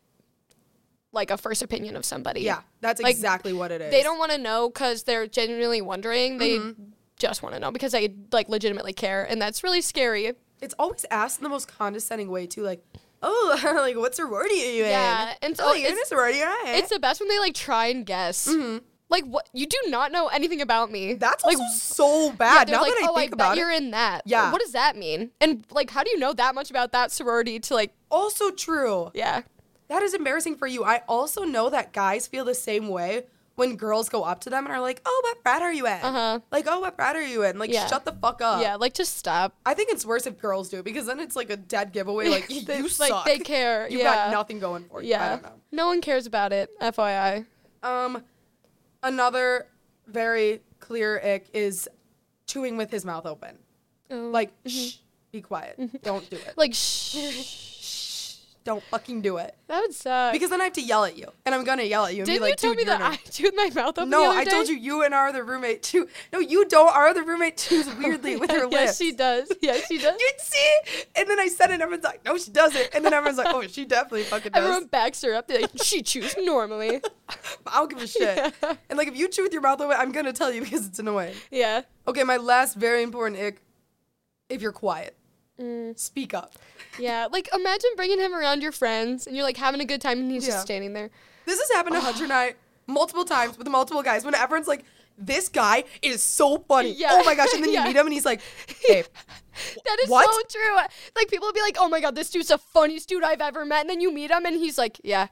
like a first opinion of somebody. yeah, that's Like, exactly what it is. They don't want to know because they're genuinely wondering. They Mm-hmm. just want to know because they like legitimately care, and that's really scary. It's always asked in the most condescending way too, like oh like what sorority are you Yeah, in? and so oh, you're in a it's- sorority, all right. It's the best when they like try and guess. Like what you do not know anything about me. Mm-hmm. that's like also so bad. they're now like, that I oh, think I bet about it, you're in that. Yeah. What does that mean? And like, how do you know that much about that sorority to like, also true. yeah, That is embarrassing for you. I also know that guys feel the same way when girls go up to them and are like, "Oh, what frat are you in?" Uh-huh. Like, "Oh, what frat are you in?" Like, Yeah. shut the fuck up. yeah, like just stop. I think it's worse if girls do because then it's like a dead giveaway. Like you They- suck. Like they care. You yeah. got nothing going for you. I Yeah. don't know. No one cares about it. FYI. Um, another very clear ick is chewing with his mouth open. Like, shh, be quiet. Don't do it. Mm-hmm. Like shh. Shh, don't fucking do it. that would suck. Because then I have to yell at you, and I'm gonna yell at you. And didn't be like, you tell "Dude, me you're that an I chewed my mouth open? No, the other I told day? you you and our other roommate too. No, you don't. Our other roommate chews weirdly with her yes, lips. she does. Yes, she does. You'd see, and then I said it, and everyone's like, "No, she doesn't." And then everyone's like, "Oh, she definitely fucking does." Everyone backs her up. They're like, she chews normally. I don't give a shit. Yeah. And like, if you chew with your mouth open, I'm gonna tell you because it's annoying. yeah. Okay, my last very important ick. If you're quiet, Mm. speak up. Yeah. Like, imagine bringing him around your friends and you're like having a good time and he's Yeah. just standing there. This has happened to Hunter and I multiple times with multiple guys when everyone's like, this guy is so funny. Yeah. Oh my gosh. And then Yeah. you meet him and he's like, hey, That is What? so true. Like, people will be like, oh my God, this dude's the funniest dude I've ever met. And then you meet him and he's like, yeah.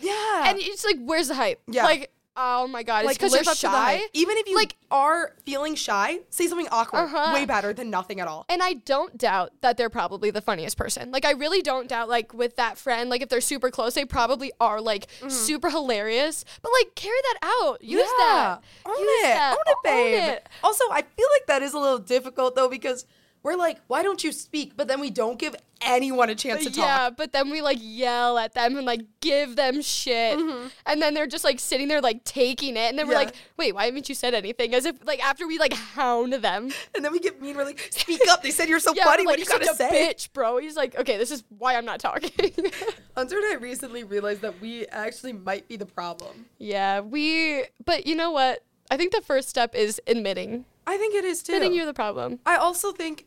yeah. And it's like, where's the hype? Yeah. Like, oh my God. It's because you're live up to the hype. shy. Even if you Like- like are feeling shy, say something awkward. Uh-huh. Way better than nothing at all. And I don't doubt that they're probably the funniest person. Like I really don't doubt like with that friend, like if they're super close, they probably are like Mm-hmm. super hilarious. But like carry that out. Use that. Own Use it. that. Own it, babe. Own it. Also, I feel like that is a little difficult though because we're like, why don't you speak? But then we don't give anyone a chance to talk. Yeah, but then we like yell at them and like give them shit. And then they're just like sitting there like taking it. And then we're Mm-hmm. Yeah. like, wait, why haven't you said anything? As if like after we like hound them. And then we get mean. We're like, speak up. They said you're so Yeah, funny. we're what like, do you "You're gotta such a say? bitch, bro. He's like, okay, this is why I'm not talking. Hunter and I recently realized that we actually might be the problem. Yeah, we. But you know what? I think the first step is admitting. I think it is Admitting you're too. the problem. I also think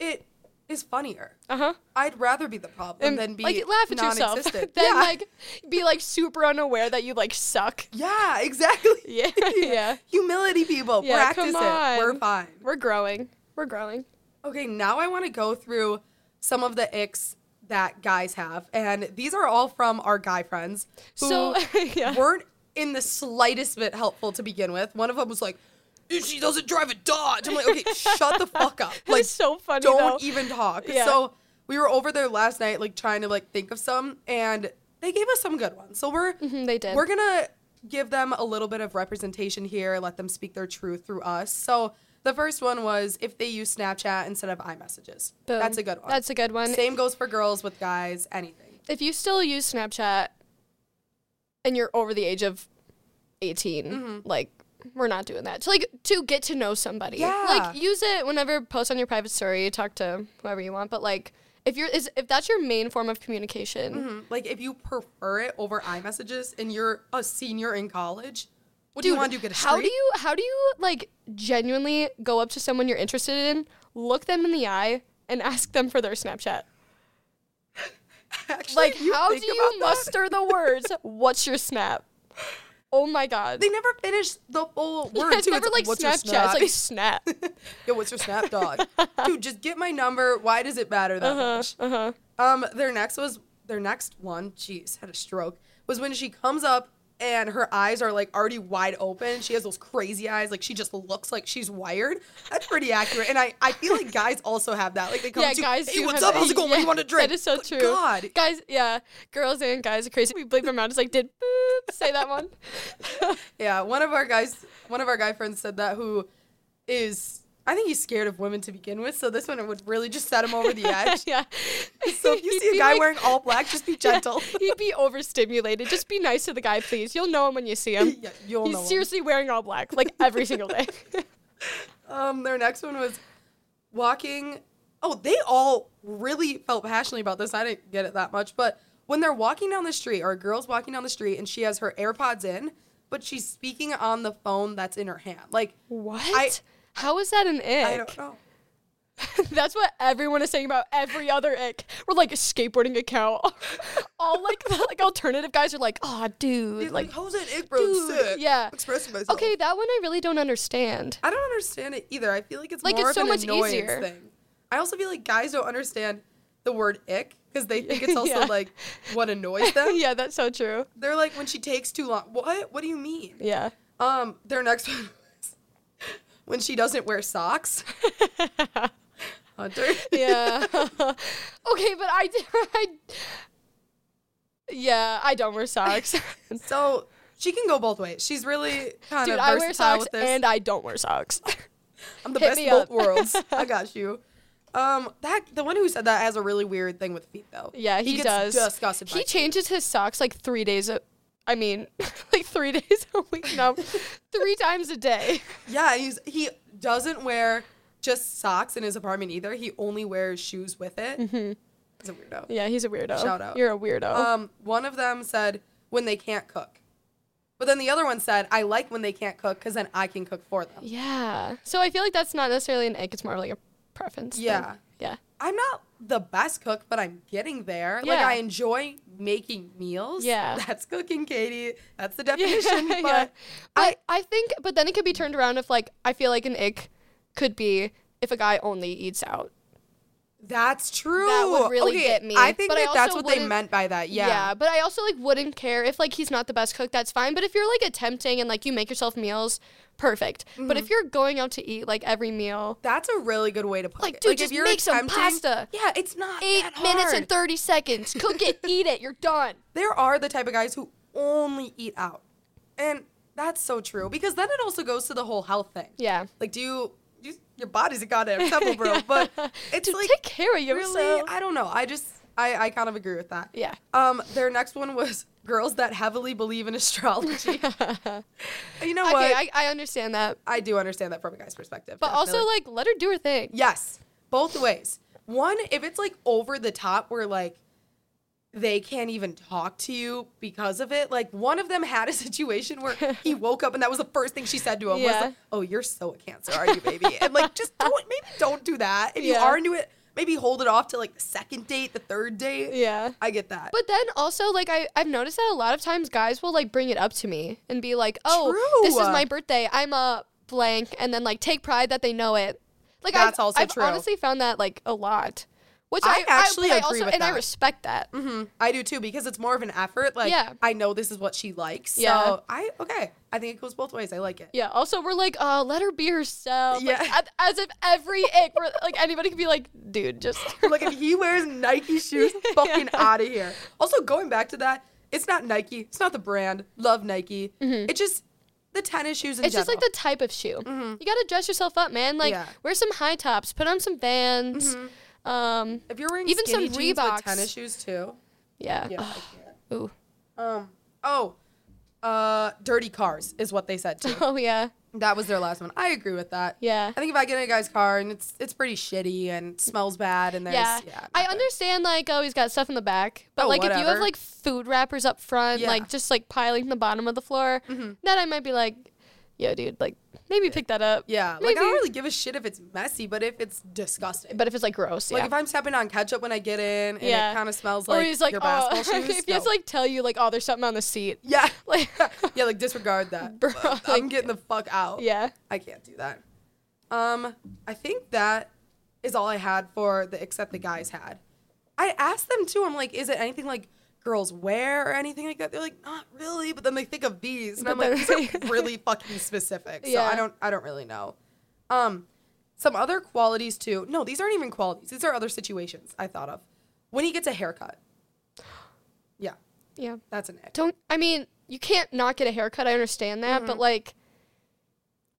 it is funnier. Uh huh. I'd rather be the problem than Uh-huh. be like laugh at yourself. non-existent. then yeah. like be like super unaware that you like suck. yeah, exactly. Yeah, yeah. Humility, people. Yeah, Practice come on. it. We're fine. We're growing. We're growing. Okay, now I want to go through some of the icks that guys have, and these are all from our guy friends who So, yeah. weren't in the slightest bit helpful to begin with. One of them was like, "She doesn't drive a Dodge." I'm like, "Okay, shut the fuck up!" Like Like, so funny. don't though. even talk. Yeah. So we were over there last night, like trying to like think of some, and they gave us some good ones. So we're Mhm, they did. we're gonna give them a little bit of representation here, let them speak their truth through us. So the first one was if they use Snapchat instead of iMessages. Boom. That's a good one. That's a good one. Same goes for girls with guys, anything. If you still use Snapchat and you're over the age of 18, Mm-hmm. like we're not doing that. To like to get to know somebody. Yeah. Like use it whenever post on your private story, talk to whoever you want, but like if you're is if that's your main form of communication, Like if you prefer it over iMessages and you're a senior in college, what do dude, you want to do? Get a how do straight? you how do you like genuinely go up to someone you're interested in, look them in the eye and ask them for their Snapchat? Actually, Like you how do think about you that? muster the words, what's your snap? Oh my god. They never finish the full Yeah, word. it's too. never like "What's your Snapchat. snap?" It's like snap. Yo, what's your snap dog? Dude, just get my number. Why does it matter that much? uh-huh. Um, their next was their next one. Jeez, had a stroke. Was when she comes up and her eyes are like already wide open. She has those crazy eyes. Like she just looks like she's wired. That's pretty accurate. And I, I feel like guys also have that. Like they come Yeah, to guys. guys hey, do what's up? have How's it going? What do yeah, you want to drink? That is so Good true. God. guys. Yeah, girls and guys are crazy. We bleep them out. It's like did boop say that one? Yeah, one of our guys, one of our guy friends said that who is. I think he's scared of women to begin with, so this one would really just set him over the edge. yeah. So if you He'd see a be guy like- wearing all black, just be gentle. He'd be overstimulated. Just be nice to the guy, please. You'll know him when you see him. Yeah, you'll He's know him. seriously wearing all black, like every single day. Um, their next one was walking. Oh, they all really felt passionately about this. I didn't get it that much, but when they're walking down the street, or a girl's walking down the street, and she has her AirPods in, but she's speaking on the phone that's in her hand. Like, what? I- How is that an ick? I don't know. That's what everyone is saying about every other ick. We're like a skateboarding account. All like the, like alternative guys are like, oh, dude, It's like, like how's that ick, bro? It's dude, sick. yeah. Expressing myself. Okay, that one I really don't understand. I don't understand it either. I feel like it's Like, more it's of so an much annoyance easier. thing. I also feel like guys don't understand the word ick because they think it's also Yeah. like what annoys them. yeah, that's so true. They're like, when she takes too long, what? What do you mean? Yeah. Um, their next one was when she doesn't wear socks. Hunter. yeah. okay, but I, I Yeah, I don't wear socks. Dude, so she can go both ways. She's really kind of versatile I wear socks with this. and I don't wear socks. I'm the hit best me of both up. worlds. I got you. Um, that the one who said that has a really weird thing with feet though. yeah, he, gets does. Disgusted. by he changes his socks like 3 days a I mean, like 3 days a week now. 3 times a day. Yeah, he's he doesn't wear just socks in his apartment either. He only wears shoes with it. Mm-hmm. He's a weirdo. Yeah, he's a weirdo. Shout out. You're a weirdo. Um, one of them said when they can't cook, but then the other one said I like when they can't cook because then I can cook for them. yeah. So I feel like that's not necessarily an ick, it's more like a preference. thing. Yeah. Yeah. I'm not the best cook, but I'm getting there. Like Yeah. I enjoy making meals. Yeah. that's cooking, Katie. That's the Yeah, definition. yeah. but But I, think, but then it could be turned around if, like, I feel like an ick could be if a guy only eats out. That's true. really get me. I think But I that that's also what they wouldn't- meant by that. Yeah. but I also, like, wouldn't care if, like, he's not the best cook, that's fine. But if you're, like, attempting and, like, you make yourself meals, perfect. But Mm-hmm. if you're going out to eat, like, every meal, That's a really good way to put Like, it. dude, just make some attempting- pasta. Yeah, it's not eight that minutes and hard. 30 seconds, cook it, eat it, you're done. there are the type of guys who only eat out, and that's so true because then it also goes to the whole health thing. Yeah. Like, do you, you your body's a goddamn temple, bro? But it's Dude, like take care of yourself. really, I don't know. I just I I kind of agree with that. Yeah. Um, their next one was girls that heavily believe in astrology. you know what? okay, I, I understand that. I do understand that from a guy's perspective. But definitely. also, like, let her do her thing. yes, both ways. One, if it's like over the top where like they can't even talk to you because of it. Like one of them had a situation where he woke up and that was the first thing she said to him was Yeah. like, "Oh, you're so a cancer, are you, baby?" and like just don't maybe don't do that. If you Yeah. are into it, maybe hold it off to like the second date, the third date. Yeah. I get that. But then also, like I, I've noticed that a lot of times guys will like bring it up to me and be like, "Oh, this is True. my birthday. I'm a blank," and then like take pride that they know it. Like That's I've, also I've true. honestly found that like a lot, which I I, actually I, but I agree also, with and that. I respect that. Mhm. I do too because it's more of an effort. Like Yeah. I know this is what she likes. So Yeah. I okay. I think it goes both ways. I like it. Yeah. Also, we're like, uh, let her be herself. Like, Yeah. a- as if every ick, we're- like anybody could be like, dude, just like if he wears Nike shoes, fucking out of here. Also, going back to that, it's not Nike. It's not the brand. Love Nike. It's just the tennis shoes in Mm-hmm. It's just like general. the type of shoe. You gotta dress yourself up, man. Like Mm-hmm. Yeah. Mm-hmm. wear some high tops, put on some Vans. Um, if you're wearing even some skinny jeans with Reeboks. tennis shoes too. yeah. Yeah. I Ugh, can't. Ooh. Um. Oh. Uh, dirty cars is what they said too. Oh yeah. that was their last one. I agree with that. Yeah. I think if I get in a guy's car and it's it's pretty shitty and smells bad and there's Yeah. I not good. understand like oh he's got stuff in the back, but Oh, like if you whatever. have like food wrappers up front, Yeah. Mm-hmm. like just like piling the bottom of the floor, then I might be like, yo, dude, like maybe pick that up. Yeah, like I Maybe. don't really give a shit if it's messy, but if it's disgusting. But if it's like gross, Like yeah. if I'm stepping on ketchup when I get in and Yeah. it kind of smells or like, he's like, your oh, basketball shoes. if he has to no. like tell you like oh there's something on the seat, yeah, like yeah, like disregard that. Bro, I'm like- getting the fuck out. yeah. I can't do that. Um, I think that is all I had for the except the guys had. I asked them too. I'm like, is it anything like girls wear or anything like that? They're like, not really. But then they think of these, and But I'm like, these then- are really fucking specific. So I Yeah. don't, I don't really know. Um, some other qualities too. No, these aren't even qualities. These are other situations I thought of. When he gets a haircut. Yeah, Yeah. that's an it. don't I mean, you can't not get a haircut, I understand that, Mm-hmm. but like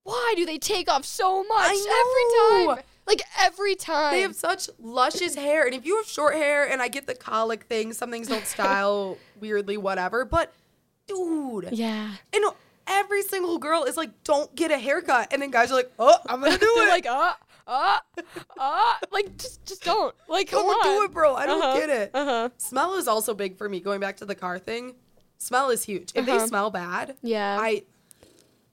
why do they take off so much every know. time? Like every time. They have such luscious hair. And if you have short hair, and I get the colic thing, some things don't style weirdly, whatever. But dude, yeah. and every single girl is like, don't get a haircut. And then guys are like, oh, I'm going to do They're it. like, uh, uh, uh like just just don't. Like come don't do on. it, bro. I don't Uh-huh, get it. Uh-huh. Smell is also big for me. Going back to the car thing, smell is huge. If they Uh-huh. smell bad, Yeah. I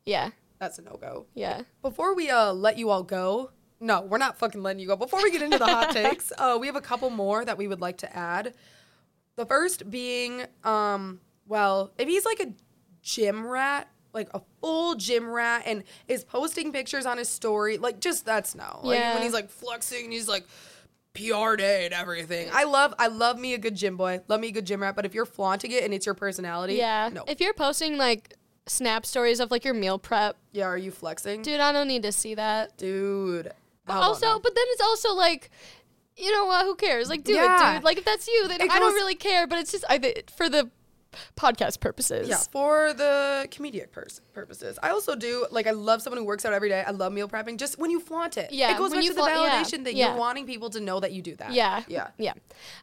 yeah. that's a no go. Yeah. Before we uh, let you all go, no, we're not fucking letting you go. Before we get into the hot takes, uh, we have a couple more that we would like to add. The first being, um, well, if he's like a gym rat, like a full gym rat, and is posting pictures on his story, like just that's no. Like, Yeah. when he's like flexing and he's like PR day and everything. I love I love me a good gym boy. Love me a good gym rat, but if you're flaunting it and it's your personality, Yeah. no. If you're posting like snap stories of like your meal prep, yeah, are you flexing? Dude. dude, I don't need to see that. I don't also, know. but then it's also like, you know what? Who cares? Like, do it, Yeah. dude. Like, if that's you, then It I don't goes- really care. But it's just I thi- for the podcast purposes. Yeah, for the comedic pers- purposes. I also do like I love someone who works out every day. I love meal prepping. Just when you flaunt it, Yeah, it goes when back you to the flaunt- yeah, validation that yeah. you're wanting people to know that you do that. Yeah. yeah. Yeah.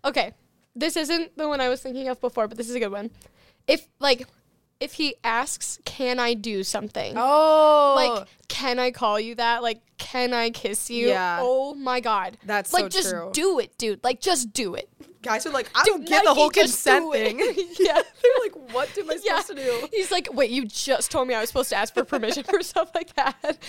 Okay. This isn't the one I was thinking of before, but this is a good one. If like, if he asks, "Can I do something?" Oh, Like, can I call you that? Like, can I kiss you? Yeah. Oh my god. That's so like just true. do it, dude. Like just do it. guys are like, I don't get the Nike, whole just consent do thing. it. yeah. They're like, what am I supposed Yeah. to do? He's like, wait, you just told me I was supposed to ask for permission for stuff like that.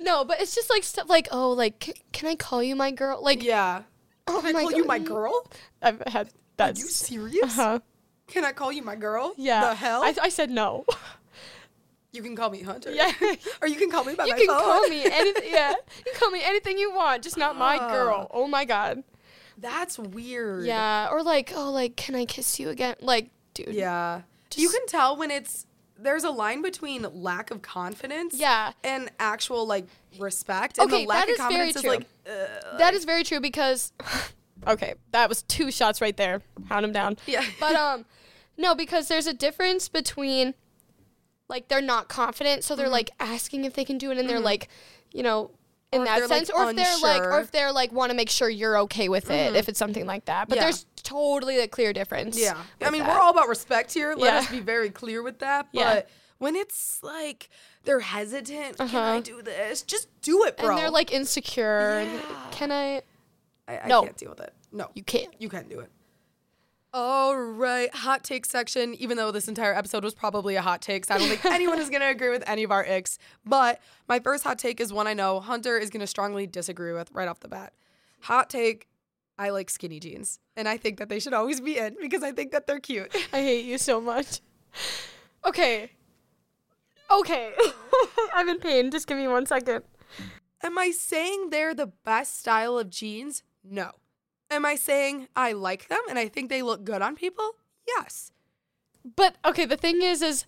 No, but it's just like stuff like, oh, like, c- can I call you my girl? Like, Yeah. oh Can I call God. you my girl? I've had Are that's you serious? Huh? Can I call you my girl? Yeah. The hell? I, I said no. you can call me Hunter. yeah. Or you can call me by you my can phone. call me anything. Yeah. You can call me anything you want, just not my girl. Ah. Oh my god. That's weird. Yeah. Or like, oh, like, can I kiss you again? Like, dude. Yeah. you Just- can tell when it's there's a line between lack of confidence Yeah. and actual like respect. And Okay, the lack that of is very confidence is true. like uh, That is very true because okay, that was two shots right there. Hound him down. Yeah. But um no, because there's a difference between like they're not confident, so they're Mm-hmm. like asking if they can do it and they're like, you know, in Or if that they're, like, sense or if they're like or unsure. Mm-hmm. if they're like want to make sure you're okay with it if it's something like that. But Yeah. there's totally a clear difference. Yeah. I with mean, that. we're all about respect here. Let Yeah. us be very clear with that. But Yeah. when it's like they're hesitant, can Uh-huh. I do this? Just do it, bro. and they're like Yeah. insecure and can I I, I No. can't deal with it. No. you can't. You can do it. All right, hot take section. Even though this entire episode was probably a hot take, so I don't think anyone is going to agree with any of our icks. But my first hot take is one I know Hunter is going to strongly disagree with right off the bat. Hot take I like skinny jeans, and I think that they should always be in because I think that they're cute. I hate you so much. Okay. Okay. I'm in pain. Just give me one second. Am I saying they're the best style of jeans? No. Am I saying I like them and I think they look good on people? Yes. But okay, the thing is is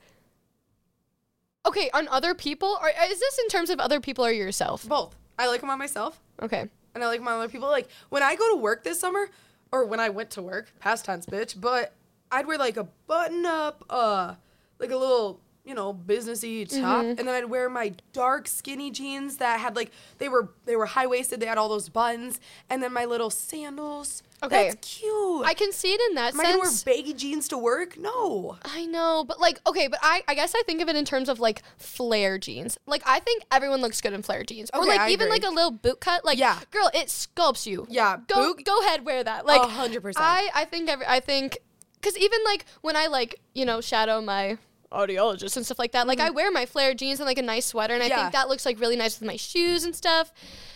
Okay, on other people or is this in terms of other people or yourself? Both. I like them on myself, Okay. and I like my other people. Like when I go to work this summer, or when I went to work, past tense, bitch. But I'd wear like a button up, uh, like a little, you know, businessy top, Mm-hmm. and then I'd wear my dark skinny jeans that had like they were they were high waisted. They had all those buttons, and then my little sandals. Okay. that's cute. I can see it in that Am I gonna wear sense. baggy jeans to work? No. I know, but like okay, but I I guess I think of it in terms of like flare jeans. Like I think everyone looks good in flare jeans. or Okay, like I even agree. like a little boot cut. Like Yeah. girl, it sculpts you. Yeah, go boot- go ahead wear that like A hundred percent. i i think every, i think because even like when i like you know shadow my audiologist and stuff like that like i wear my flare jeans and like a nice sweater and i Mm-hmm. Yeah. think that looks like really nice with my shoes and stuff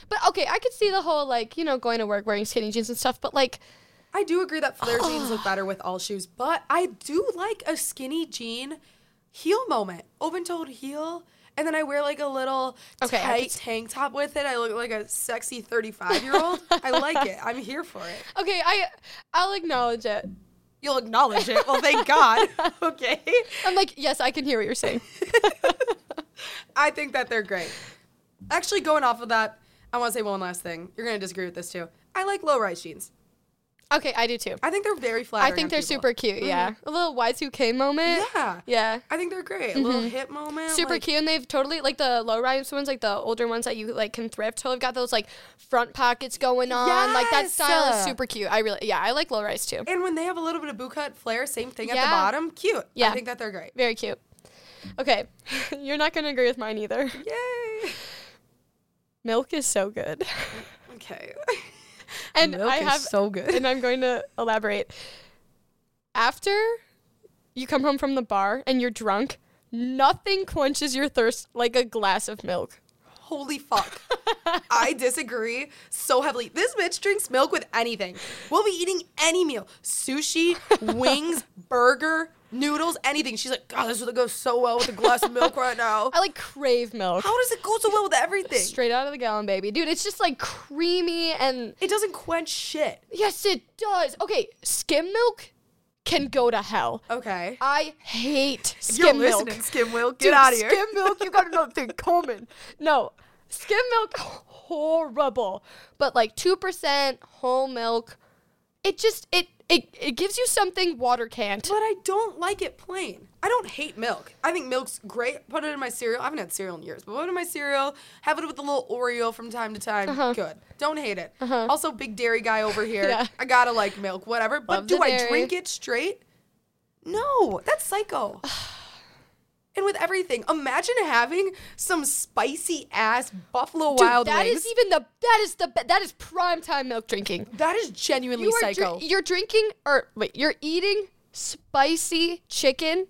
but okay i could see the whole like you know going to work wearing skinny jeans and stuff but like I do agree that flare jeans look better with all shoes, but I do like a skinny jean heel moment, open toed heel. And then I wear like a little Okay, I could tight s- tank top with it. I look like a sexy 35 year old. I like it. I'm here for it. okay i i'll acknowledge it You'll acknowledge it. Well, thank God. Okay. i'm like yes i can hear what you're saying I think that they're great. Actually, going off of that, I want to say one last thing. You're going to disagree with this too. I like low rise jeans. okay i do too I think they're very i flattering. on think they're people. Mm-hmm. super cute yeah a little y2k moment Yeah. yeah I think they're great. A little hip moment. Mm-hmm. super like- cute and they've totally like the low rise ones like the older ones that you like can thrift so they've got those like front pockets going on like that Yes! style is super cute i really yeah i like low rise too And when they have a little bit of boot cut flare, same thing at Yeah. the bottom. Cute. Yeah. I think that they're great. very cute okay you're not gonna agree with mine either Yay. milk is so good Okay. and i have so good. and i'm going to elaborate after you come home from the bar and you're drunk nothing quenches your thirst like a glass of milk Holy fuck. I disagree so heavily. This bitch drinks milk with anything. We'll be eating any meal sushi, wings, burger, noodles, anything. She's like, God, this would go so well with a glass of milk right now. I like crave milk. How does it go so well with everything? Straight out of the gallon, baby. Dude, it's just like creamy and It doesn't quench shit. yes, it does. Okay, skim milk can go to hell. Okay. I hate If skim You're milk. listening, skim milk. Get Dude, out of here. Skim milk, you got another thing coming. No, skim milk, horrible. But like two percent whole milk, it just it it it gives you something water can't. But I don't like it plain. I don't hate milk. I think milk's great. Put it in my cereal. I haven't had cereal in years, but put it in my cereal. Have it with a little Oreo from time to time. Good. Don't hate it. Also, big dairy guy over here. Uh-huh. Yeah. I gotta like milk, whatever. But Love the do I dairy. drink it straight? No, that's psycho. and with everything, imagine having some spicy ass Buffalo Dude, Wild that Wings. is e- even the that is the be- that is prime time milk drinking. that is genuinely You are psycho. dri- you're drinking or wait, you're eating spicy chicken.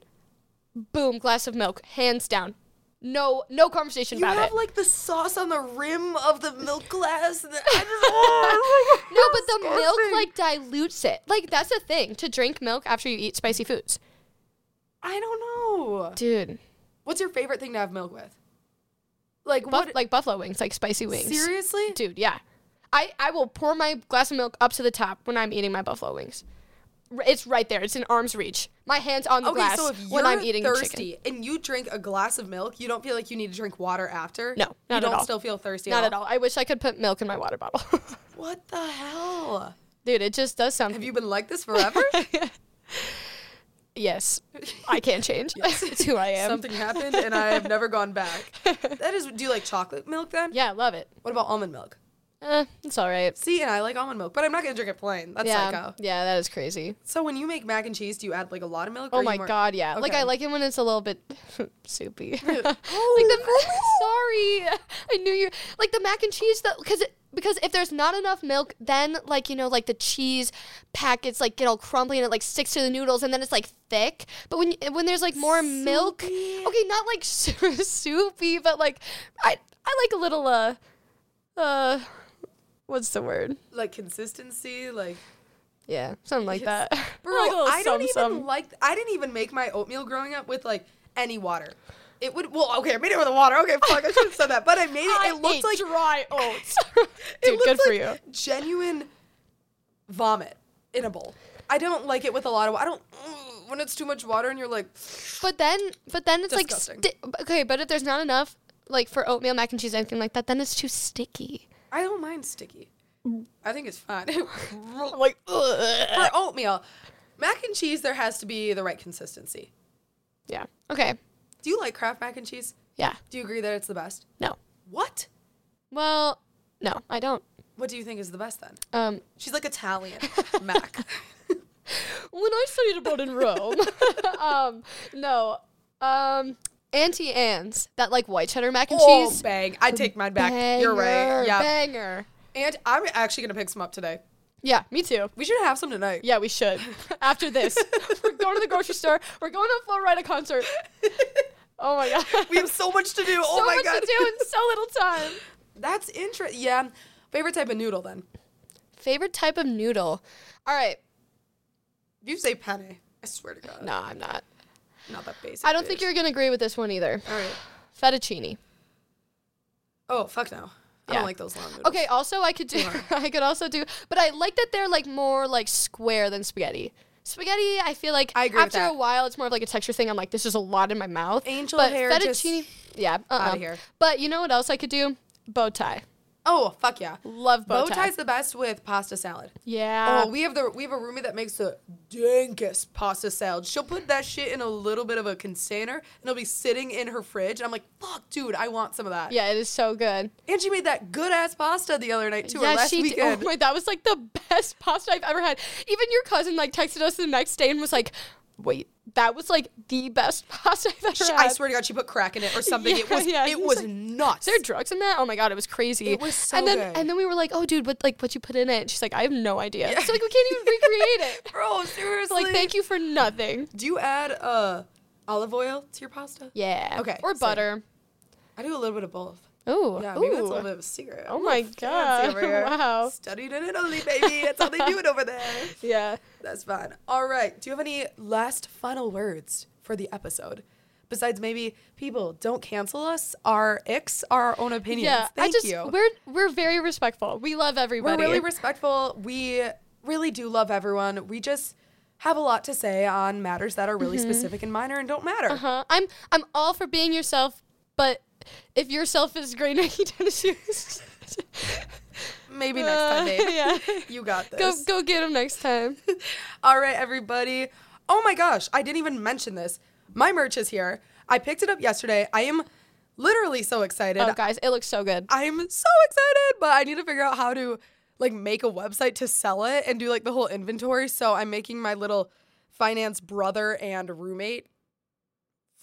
Boom, glass of milk, hands down. No, no conversation you about have it. like the sauce on the rim of the milk glass. and I just, oh, it's like- No, but the milk disgusting. like dilutes it. Like that's a thing to drink milk after you eat spicy foods. I don't know. Dude, What's your favorite thing to have milk with? Like buff- what? like buffalo wings, like spicy wings. seriously? Dude, yeah. I I will pour my glass of milk up to the top when I'm eating my buffalo wings. R- It's right there. It's in arm's reach. My hands on the okay, glass so if you're when I'm eating the chicken. thirsty and you drink a glass of milk, you don't feel like you need to drink water after. No, not you at don't all. still feel thirsty. Not at all. I wish I could put milk in my water bottle. What the hell? Dude, it just does Have something. you been like this forever? yes. I can't change. Yes. it's who I am. Something happened and I have never gone back. That is. Do you like chocolate milk then? Yeah, I love it. What about almond milk? Eh, it's all right. See, and I like almond milk, but I'm not gonna drink it plain. That's yeah. psycho. Yeah, that is crazy. So when you make mac and cheese, do you add like a lot of milk? or Oh are you my more- god, yeah. Like I Okay. like it when it's a little bit soupy. like Oh, the sorry, I knew you like the mac and cheese though, because because if there's not enough milk, then like you know like the cheese packets like get all crumbly and it like sticks to the noodles and then it's like thick. But when when there's like more milk, Soupy. okay, not like so- soupy, but like I I like a little uh uh what's the word? Like consistency, like. Yeah, something like Yes. that. Bro, Like a little I don't even some-some. like. I didn't even make my oatmeal growing up with like any water. It would well, okay. I made it with the water. Okay, fuck. I should have said that, but I made it. I it looked ate like dry oats. it Dude, looked good for you. like Genuine vomit in a bowl. I don't like it with a lot of. wa- I don't mm, when it's too much water and you're like, But then, but then it's Disgusting. like sti- okay. But if there's not enough, like for oatmeal mac and cheese, anything like that, then it's too sticky. I don't mind sticky. I think it's fine. For Like, ugh. oatmeal, mac and cheese, there has to be the right consistency. yeah. Okay. Do you like Kraft mac and cheese? Yeah. Do you agree that it's the best? No. What? Well, no, I don't. What do you think is the best then? Um, She's like Italian, Mac. when I studied abroad in Rome, um, no, um, Auntie Anne's that like white cheddar mac and cheese. bang! I take mine back. You're right. Banger, Yeah. Banger. And I'm actually gonna pick some up today. Yeah, me too. We should have some tonight. Yeah, we should. After this, we're going to the grocery store. We're going to a Florida concert. Oh my god. We have so much to do. oh so my much god. to do in so little time. That's interesting. Yeah. Favorite type of noodle then? Favorite type of noodle. All right. You say penne. I swear to God. No, I'm not. Not that basic. I don't think bitch. you're gonna agree with this one either. All right. Fettuccine. Oh fuck no. I Yeah. don't like those long noodles. Okay. Also, I could do. I could also do. But I like that they're like more like square than spaghetti. Spaghetti, I feel like I agree with after that. a while, it's more of like a texture thing. I'm like, this is a lot in my mouth. Angel but hair just fettuccine, yeah, uh here. But you know what else I could do? Bow tie. Oh fuck yeah. Love bow, Bow tie. tie's the best with pasta salad. Yeah. Oh, we have the we have a roommate that makes the dankest pasta salad. She'll put that shit in a little bit of a container and it'll be sitting in her fridge. And I'm like, fuck, dude, I want some of that. yeah, it is so good. And she made that good ass pasta the other night too, or last she did. weekend. Oh my, that was like the best pasta I've ever had. Even your cousin like texted us the next day and was like, "Wait, that was like the best pasta I've ever She- had." I swear to God, she put crack in it or something. it Yeah, was yeah, it he's was like, nuts. Is there drugs in that? Oh my god, it was crazy. It was so And then good. and then we were like, "Oh, dude, what like what you put in it?" And she's like, "I have no idea." So like we can't even recreate it. Bro, seriously. like thank you for nothing. Do you add uh, olive oil to your pasta? Yeah. Okay, Or same. butter. I do a little bit of both. Ooh. Yeah, maybe that's a ooh. little bit of a secret. Oh I'm my all fancy God, Over here. wow. Studied in Italy, baby. That's how they do it over there. Yeah. That's fine. All right. Do you have any last final words for the episode? Besides, maybe people don't cancel us. Our icks are our own opinions. yeah, Thank I just you. we're we're very respectful. We love We're everybody. really respectful. We really do love everyone. We just have a lot to say on matters that are really specific and minor and don't matter. huh? I'm I'm all for being yourself, but if yourself is gray Nike tennis shoes, Maybe next time, Uh, babe. yeah. You got go this. go get them next time. All right, everybody. Oh my gosh, I didn't even mention this. My merch is here. I picked it up yesterday. I am literally so excited. Oh, guys, it looks so good. I'm so excited, but I need to figure out how to like make a website to sell it and do like the whole inventory. So I'm making my little finance brother and roommate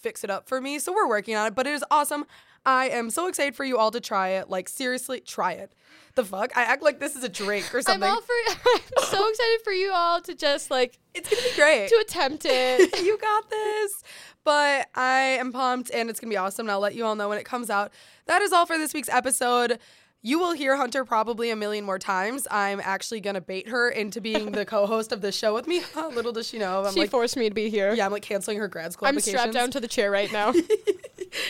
fix it up for me. So we're working on it, but it is awesome. I am so excited for you all to try it. Like seriously, try it. The fuck? I act like this is a drink or I'm something. all for. I'm so excited for you all to just like it's gonna be great. to attempt it. you got this. But I am pumped and it's going to be awesome. And I'll let you all know when it comes out. That is all for this week's episode. You will hear Hunter probably a million more times. I'm actually going to bait her into being the co host of this show with me. Little does she know. I'm She like, forced me to be here. yeah, I'm like canceling her grad school I'm applications. strapped down to the chair right now.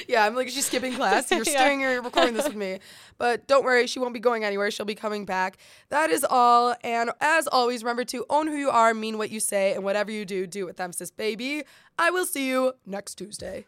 yeah, I'm like, she's skipping class. You're Yeah. staring you're recording this with me. But don't worry, she won't be going anywhere. She'll be coming back. That is all. And as always, remember to own who you are, mean what you say, and whatever you do, do it with them, sis baby. I will see you next Tuesday.